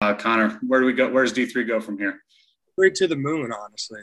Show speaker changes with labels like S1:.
S1: Uh, Connor, where do we go? Where's D3 go from here?
S2: Straight to the moon, honestly.